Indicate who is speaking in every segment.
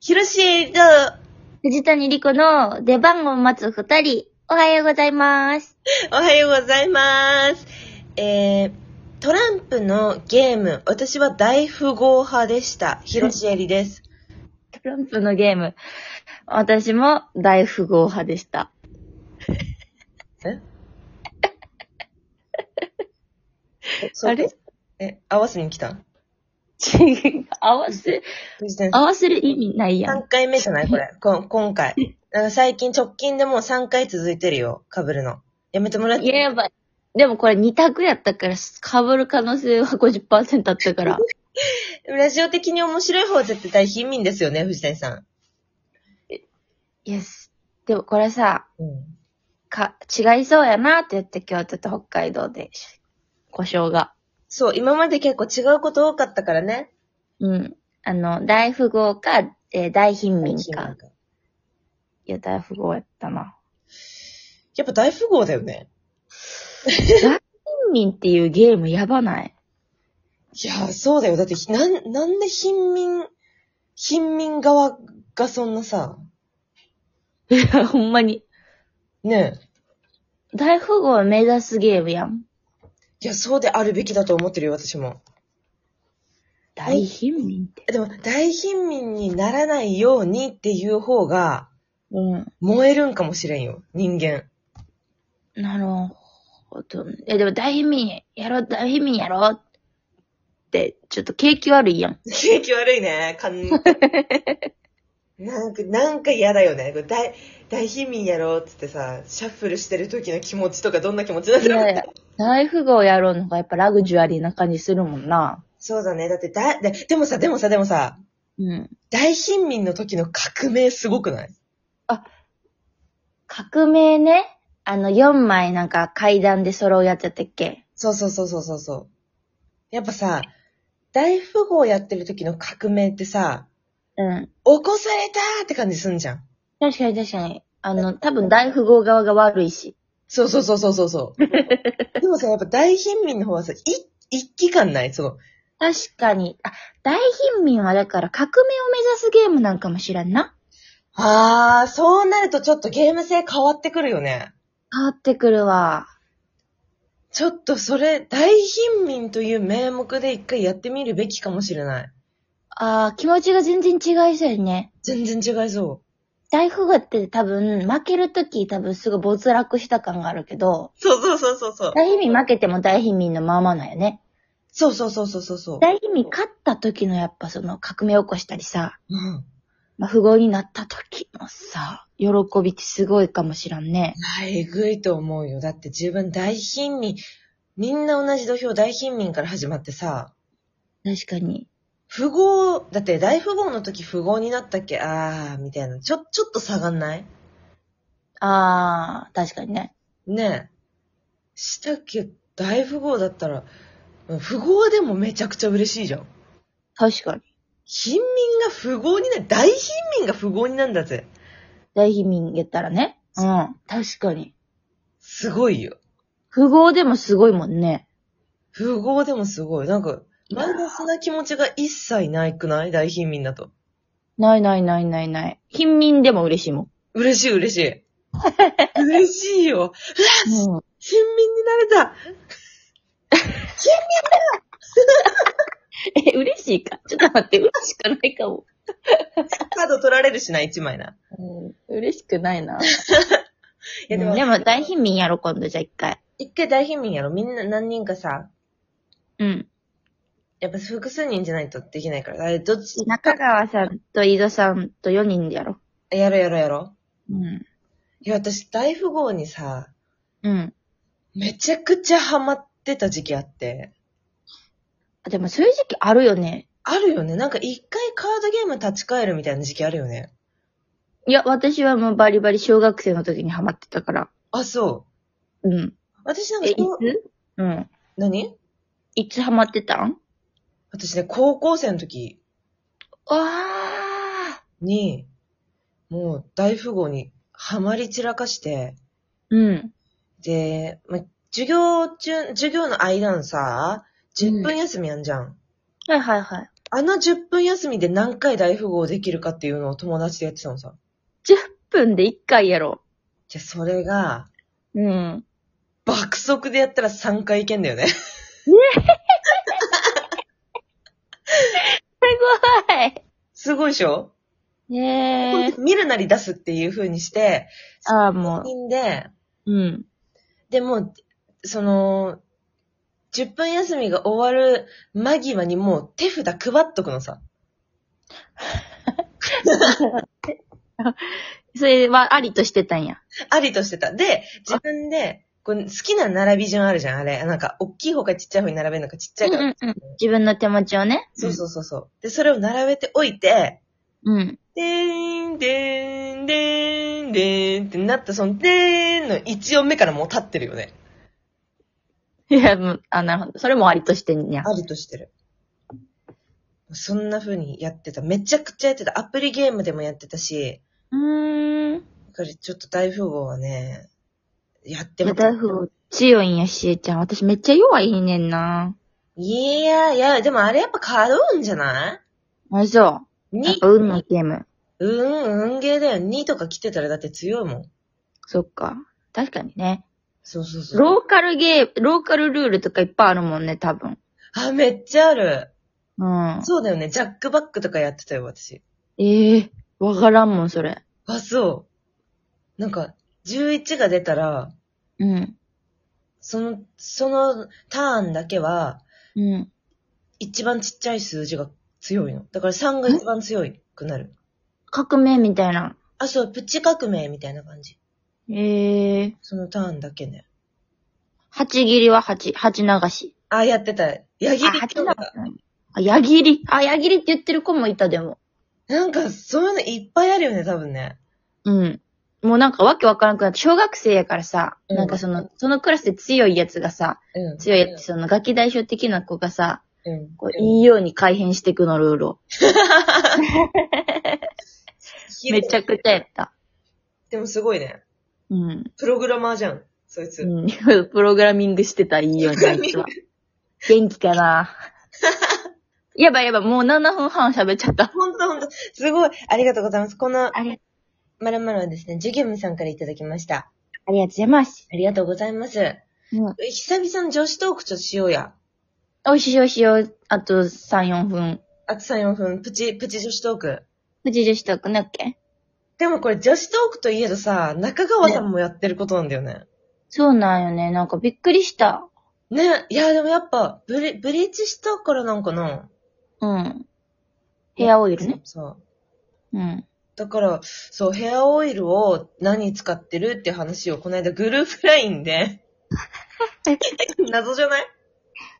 Speaker 1: ヒロシの、
Speaker 2: 藤谷莉子の出番を待つ二人、おはようございます。
Speaker 1: おはようございます。えー、トランプのゲーム、私は大富豪派でした。ヒロシエリです。
Speaker 2: トランプのゲーム。私も大富豪派でした。
Speaker 1: え
Speaker 2: あれ
Speaker 1: え、合わせに来たん
Speaker 2: 違う。 合わせ、
Speaker 1: 藤谷さん
Speaker 2: 合わせる意味ないやん
Speaker 1: 3。回目じゃないこれ。こ今回。なんか最近直近でもう3回続いてるよ。被るの。やめてもらって。
Speaker 2: やばい。でもこれ二択やったから、被る可能性は50%あった から。
Speaker 1: ラジオ的に面白い方絶対貧民ですよね、藤谷さん。
Speaker 2: イエス。でもこれさ、
Speaker 1: うん。
Speaker 2: か、違いそうやなって言って今日ちょっと北海道で、故障が。
Speaker 1: そう、今まで結構違うこと多かったからね。
Speaker 2: うん。あの、大富豪か、えー大貧民
Speaker 1: 貧
Speaker 2: か
Speaker 1: 民。か
Speaker 2: いや、大富豪やったな。
Speaker 1: やっぱ大富豪だよね。
Speaker 2: 貧民っていうゲームやばない
Speaker 1: いや、そうだよ。だって、なん、なんで貧民、貧民側がそんなさ、
Speaker 2: いや、 ほんまに。
Speaker 1: ねえ。
Speaker 2: 大富豪を目指すゲームやん。
Speaker 1: いや、そうであるべきだと思ってるよ、私も。
Speaker 2: 大貧民って。
Speaker 1: でも、大貧民にならないようにっていう方が、
Speaker 2: うん。
Speaker 1: 燃えるんかもしれんよ、人間。
Speaker 2: なるほど。え、でも大貧民やろ、大貧民やろって、ちょっと景気悪いやん。
Speaker 1: 景気悪いね、か ん。なんか、なんか嫌だよね。これ大、大貧民やろうっつってさ、シャッフルしてる時の気持ちとかどんな気持ちなん
Speaker 2: い
Speaker 1: だろう
Speaker 2: やいや、大富豪やろうのがやっぱラグジュアリーな感じするもんな。
Speaker 1: そうだね。だってだ、で、でもさ、でもさ、でもさ、
Speaker 2: うん。
Speaker 1: 大貧民の時の革命すごくない
Speaker 2: 革命ね。あの、4枚なんか階段で揃うやつやったっけ
Speaker 1: そうそうそうそうそうそう。やっぱさ、大富豪やってる時の革命ってさ、
Speaker 2: うん。
Speaker 1: 起こされたーって感じすんじゃん。
Speaker 2: 確かに確かに。あの、多分大富豪側が悪いし。
Speaker 1: そうそうそうそうそうそう。 でもさ、やっぱ大貧民の方はさ、い一気感ないその、
Speaker 2: 確かに。あ、大貧民はだから革命を目指すゲームなんかもしらんな。
Speaker 1: あー、そうなるとちょっとゲーム性変わってくるよね。
Speaker 2: 変わってくるわ。
Speaker 1: ちょっとそれ、大貧民という名目で一回やってみるべきかもしれない。
Speaker 2: あー気持ちが全然違いそうよね。
Speaker 1: 全然違いそう。
Speaker 2: 大富豪って多分、負けるとき多分すごい没落した感があるけど、
Speaker 1: そうそうそうそうそう。
Speaker 2: 大貧民負けても大貧民のままなんよね。
Speaker 1: そうそうそうそうそうそう。
Speaker 2: 大貧民勝った時のやっぱその革命起こしたりさ、
Speaker 1: うん。
Speaker 2: まあ、富豪になった時のさ、喜びってすごいかもしらんね。
Speaker 1: あえぐいと思うよ。だって自分大貧民、みんな同じ土俵大貧民から始まってさ、
Speaker 2: 確かに。
Speaker 1: 富豪、だって大富豪の時富豪になったっけあー、みたいな。ちょ、ちょっと下がんない
Speaker 2: あー、確かにね。
Speaker 1: ねえ。したっけ大富豪だったら、うん富豪でもめちゃくちゃ嬉しいじゃん。
Speaker 2: 確かに。
Speaker 1: 貧民が富豪になる、大貧民が富豪になるんだぜ。
Speaker 2: 大貧民やったらね。うん。確かに。
Speaker 1: すごいよ。
Speaker 2: 富豪でもすごいもんね。
Speaker 1: 富豪でもすごい。なんか、マイナスな気持ちが一切ないくない大貧民だと。
Speaker 2: ないないないないない。貧民でも嬉しいもん。
Speaker 1: 嬉しい嬉しい。嬉しいよ。
Speaker 2: うん。
Speaker 1: 貧民になれた。
Speaker 2: え、嬉しいかちょっと待って、嬉しくないかも。
Speaker 1: カード取られるしな、一枚な。
Speaker 2: うん、嬉しく ないな。
Speaker 1: いやで
Speaker 2: うん
Speaker 1: も、
Speaker 2: でも大貧民やろ、今度じゃあ一回。
Speaker 1: 一回大貧民やろ。みんな何人かさ、
Speaker 2: うん。
Speaker 1: やっぱ複数人じゃないとできないから。あれ、どっち、
Speaker 2: 中川さんと井戸さんと4人でやろ
Speaker 1: やろうやろうやろ
Speaker 2: う。うん。
Speaker 1: う。いや、私、大富豪にさ、
Speaker 2: うん。
Speaker 1: めちゃくちゃハマってた時期あって。
Speaker 2: あでもそういう時期あるよね。
Speaker 1: あるよね。なんか一回カードゲーム立ち返るみたいな時期あるよね。
Speaker 2: いや、私はもうバリバリ小学生の時にハマってたから。
Speaker 1: あ、そ
Speaker 2: うん。
Speaker 1: う。私なんか
Speaker 2: え、い
Speaker 1: そう、
Speaker 2: つうん。
Speaker 1: 何
Speaker 2: いつハマってたん
Speaker 1: 私ね、高校生の時
Speaker 2: ああ。
Speaker 1: に、もう大富豪にハマり散らかして、
Speaker 2: うん。
Speaker 1: で、ま、授業中、授業の間のさ、10分休みやんじゃん。
Speaker 2: はいはいはい。
Speaker 1: あの10分休みで何回大富豪できるかっていうのを友達でやってたのさ。
Speaker 2: 10分で1回やろ
Speaker 1: じゃ、それが、
Speaker 2: う。うん。
Speaker 1: 爆速でやったら3回いけんだよね。
Speaker 2: すごい
Speaker 1: すごいでしょ、
Speaker 2: ねえ。
Speaker 1: 見るなり出すっていう風にして、
Speaker 2: ああ、も
Speaker 1: いいんで、
Speaker 2: う。うん。
Speaker 1: でも、その、10分休みが終わる間際にもう手札配っとくのさ。
Speaker 2: それはありとしてたんや。
Speaker 1: ありとしてた。で、自分で、こう好きな並び順あるじゃん、あれ。なんか、大きい方かちっちゃい方に並べるのかちっちゃいから。
Speaker 2: うんうんうん。自分の手持ちをね。
Speaker 1: そうそうそうそう。で、それを並べておいて、
Speaker 2: うん。うん。
Speaker 1: でーん、でーん、でーん、でーんってなった、その、でーんの一音目からもう立ってるよね。
Speaker 2: いや、もう、あ、なるほど。それもありとしてんや。
Speaker 1: ありとしてる。そんな風にやってた。めちゃくちゃやってた。アプリゲームでもやってたし、
Speaker 2: うーん。
Speaker 1: だからちょっと大富豪はね、やって
Speaker 2: いや、
Speaker 1: み
Speaker 2: 大富豪強いんや、しえちゃん。私めっちゃ弱いねんな。
Speaker 1: いやいや、でもあれやっぱカード運じゃない
Speaker 2: あ、そ
Speaker 1: に
Speaker 2: う。やっぱ運のゲーム。
Speaker 1: うん、運ゲーだよ。2とか来てたらだって強いもん。
Speaker 2: そっか。確かにね。
Speaker 1: そうそうそう。
Speaker 2: ローカルゲー、ローカルルールとかいっぱいあるもんね、多分。
Speaker 1: あ、めっちゃある。
Speaker 2: うん。
Speaker 1: そうだよね。ジャックバックとかやってたよ、私。
Speaker 2: ええわからんもん、それ。
Speaker 1: あ、そう。なんか、11が出たら、
Speaker 2: うん。
Speaker 1: その、そのターンだけは、
Speaker 2: うん。
Speaker 1: 一番ちっちゃい数字が強いの。だから3が一番強いくなる。
Speaker 2: 革命みたいな。
Speaker 1: あ、そう、プチ革命みたいな感じ。
Speaker 2: ええ
Speaker 1: そのターンだけね。
Speaker 2: 八切りは八、八流し。
Speaker 1: あ、やってた。ヤギ
Speaker 2: あ、
Speaker 1: リ
Speaker 2: 八
Speaker 1: と
Speaker 2: 流し
Speaker 1: か。
Speaker 2: あ、矢切り。あ、矢切りって言ってる子もいた、でも。
Speaker 1: なんか、そういうのいっぱいあるよね、多分ね。
Speaker 2: うん。もうなんかわけわからんくなって、小学生やからさ、
Speaker 1: うん
Speaker 2: なんかその、そのクラスで強いやつがさ、
Speaker 1: うん。
Speaker 2: 強いやつ、そのガキ代表的な子がさ、
Speaker 1: うん。
Speaker 2: こう、いいように改変していくの、ルールを。めちゃくちゃやった。
Speaker 1: でもすごいね。
Speaker 2: うん。
Speaker 1: プログラマーじゃん、そいつ。
Speaker 2: うん。 プログラミングしてた、いいように、あい つは。元気か なやばいやばい、もう7分半喋っちゃった。
Speaker 1: ほんとほんと。すごい。ありがとうございます。この、
Speaker 2: あり、
Speaker 1: まるまるはですね、ジュギュムさんからいただきました。
Speaker 2: ありがとうございます。
Speaker 1: ありがとうございます。え
Speaker 2: うん。
Speaker 1: 久々の女子トークちょっとしようや。
Speaker 2: おいしいおいしいよ。あと3、4分。
Speaker 1: あと3、4分、プチ、プチ女子トーク。
Speaker 2: 富士女子とくなっけ
Speaker 1: でもこれ女子トークといえどさ、中川さんもやってることなんだよね。
Speaker 2: そうなんよね。なんかびっくりした。
Speaker 1: ね。いや、でもやっぱ、ブリ、ブリーチしたからなんかな。
Speaker 2: うん。ヘアオイルね。
Speaker 1: そう。
Speaker 2: うん。。
Speaker 1: だから、そう、ヘアオイルを何使ってるって話を、この間グループラインで謎じゃない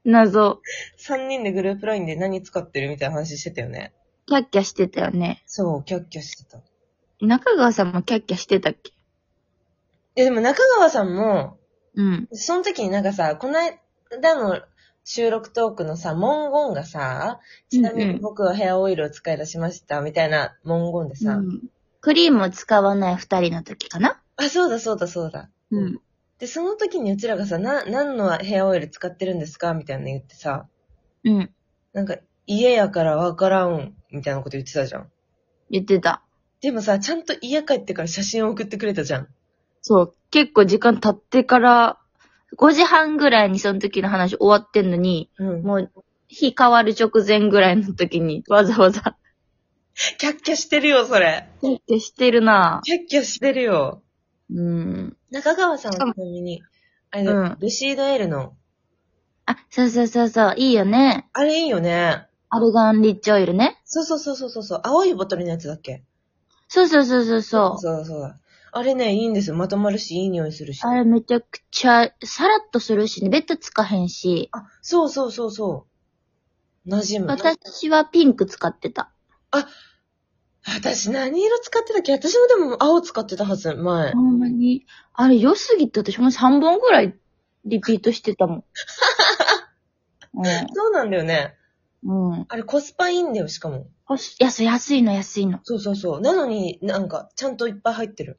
Speaker 2: 謎。
Speaker 1: ?3 人でグループラインで何使ってるみたいな話してたよね。
Speaker 2: キャッキャしてたよね。
Speaker 1: そう、キャッキャしてた。
Speaker 2: 中川さんもキャッキャしてたっけ
Speaker 1: え、でも中川さんも、
Speaker 2: うん。
Speaker 1: その時になんかさ、この間の収録トークのさ、文言がさ、ちなみ
Speaker 2: うんう
Speaker 1: に
Speaker 2: ん
Speaker 1: 僕はヘアオイルを使い出しました、みたいな文言でさ、
Speaker 2: うんクリームを使わない二人の時かな
Speaker 1: あ、そうだそうだそうだ。
Speaker 2: うん。
Speaker 1: で、その時にうちらがさ、な、何のヘアオイル使ってるんですかみたいなの言ってさ、
Speaker 2: うん。
Speaker 1: なんか、家やからわからん、みたいなこと言ってたじゃん。
Speaker 2: 言ってた。
Speaker 1: でもさ、ちゃんと家帰ってから写真を送ってくれたじゃん。
Speaker 2: そう。結構時間経ってから、5時半ぐらいにその時の話終わってんのに、
Speaker 1: うん。
Speaker 2: もう、日変わる直前ぐらいの時に、わざわざ、
Speaker 1: キャッキャしてるよ、それ。
Speaker 2: キャッキャしてるな
Speaker 1: キャッキャしてるよ。
Speaker 2: うん。
Speaker 1: 中川さんはちなみに、あれだよ、
Speaker 2: うん
Speaker 1: ルシードエールの。
Speaker 2: あ、そうそうそうそう、いいよね。
Speaker 1: あれいいよね。
Speaker 2: アルガンリッチオイルね。
Speaker 1: そうそうそうそうそうそう。青いボトルのやつだっけ
Speaker 2: そうそうそうそうそう。
Speaker 1: そうだそうだ。あれね、いいんですよ。まとまるし、いい匂いするし。
Speaker 2: あれめちゃくちゃ、さらっとするしね、ベッドつかへんし。
Speaker 1: あ、そうそうそうそう。馴染む。
Speaker 2: 私はピンク使ってた。
Speaker 1: 私何色使ってたっけ私もでも青使ってたはず、前
Speaker 2: ほ。んまに。あれ良すぎて私も3本ぐらいリピートしてた もん。
Speaker 1: そうなんだよね。
Speaker 2: うん。うん。
Speaker 1: あれコスパいいんだよ、しかも。
Speaker 2: ほし安い、安いの、安いの。
Speaker 1: そうそうそう。なのになんか、ちゃんといっぱい入ってる。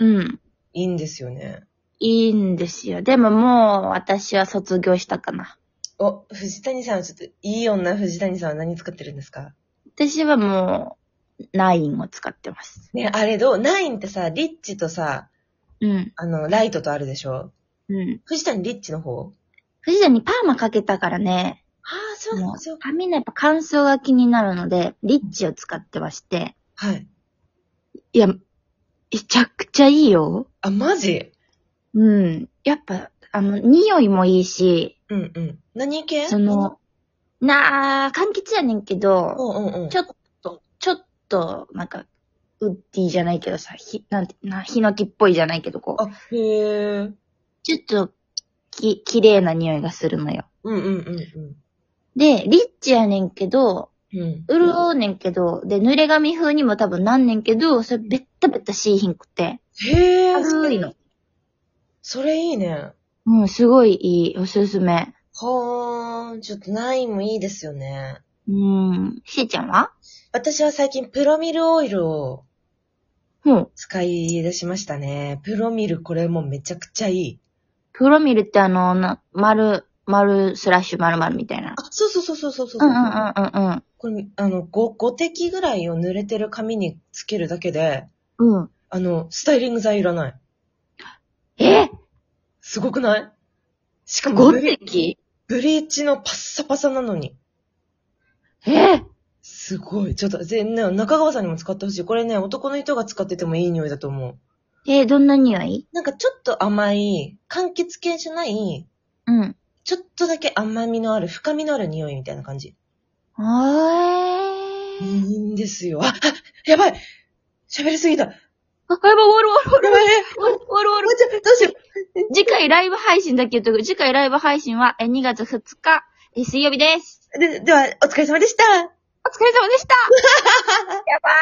Speaker 2: うん。
Speaker 1: いいんですよね。
Speaker 2: いいんですよ。でももう、私は卒業したかな。
Speaker 1: お、藤谷さん、ちょっと、いい女藤谷さんは何使ってるんですか
Speaker 2: 私はもう、ナインを使ってます。
Speaker 1: ね、あれどうナインってさ、リッチとさ、
Speaker 2: うん。
Speaker 1: あの、ライトとあるでしょ
Speaker 2: うん。
Speaker 1: 藤谷リッチの方
Speaker 2: 藤田にパーマかけたからね、
Speaker 1: ああ、そ
Speaker 2: もう
Speaker 1: そうか。
Speaker 2: 髪のやっぱ乾燥が気になるので、リッチを使ってまして、
Speaker 1: はい。
Speaker 2: いや、めちゃくちゃいいよ。
Speaker 1: あ、マジ
Speaker 2: うん。やっぱ、あの、匂いもいいし、
Speaker 1: うんうん。何系
Speaker 2: そ、の、なあ、柑橘やねんけど、
Speaker 1: うんうんうん。
Speaker 2: ちょっと、ちょっと、なんか、ウッディじゃないけどさ、ひ、なんて、な、ヒノキっぽいじゃないけど、こう、
Speaker 1: あ、へえ。
Speaker 2: ちょっと、き、綺麗な匂いがするのよ。
Speaker 1: うんうんうん
Speaker 2: で、リッチやねんけど、
Speaker 1: うん。うん。
Speaker 2: 潤うねんけど、で、濡れ髪風にも多分なんねんけど、それベッタベタしいひんくて、
Speaker 1: へえ。
Speaker 2: 軽いの。
Speaker 1: それいいね。
Speaker 2: うん、すごいいい、おすすめ。
Speaker 1: はーん。ちょっとナインもいいですよね。
Speaker 2: うん、しーちゃんは
Speaker 1: 私は最近プロミルオイルを
Speaker 2: うん。
Speaker 1: 使い出しましたね。プロミルこれもめちゃくちゃいい。
Speaker 2: プロミルってあの、な、丸、丸スラッシュ丸丸みたいな。
Speaker 1: あ、そうそうそうそうそうそう
Speaker 2: うんうんうんうん
Speaker 1: これ、あの、5、5滴ぐらいを濡れてる髪につけるだけで、
Speaker 2: うん。うん。
Speaker 1: あの、スタイリング剤いらない。
Speaker 2: え
Speaker 1: すごくないしかも
Speaker 2: ゴ
Speaker 1: ブリ、
Speaker 2: テキ
Speaker 1: ブリーチのパッサパサなのに。
Speaker 2: え
Speaker 1: すごい。ちょっと、ぜね、中川さんにも使ってほしい。これね、男の人が使っててもいい匂いだと思う。
Speaker 2: え、どんな匂い
Speaker 1: なんかちょっと甘い、柑橘系じゃない、
Speaker 2: うん。
Speaker 1: ちょっとだけ甘みのある、深みのある匂いみたいな感じ。
Speaker 2: あ
Speaker 1: い
Speaker 2: ー。
Speaker 1: いんですよ。あ、あやばい喋りすぎた。や
Speaker 2: あ、やばい、終わ
Speaker 1: ば
Speaker 2: る
Speaker 1: い、やばい、
Speaker 2: 終わる終わる終わる
Speaker 1: もうちょっとどうしよう。
Speaker 2: 次回ライブ配信だけ言っとく。次回ライブ配信はえ2月2日え水曜日です。
Speaker 1: で、では、お疲れ様でした。
Speaker 2: お疲れ様でしたやばい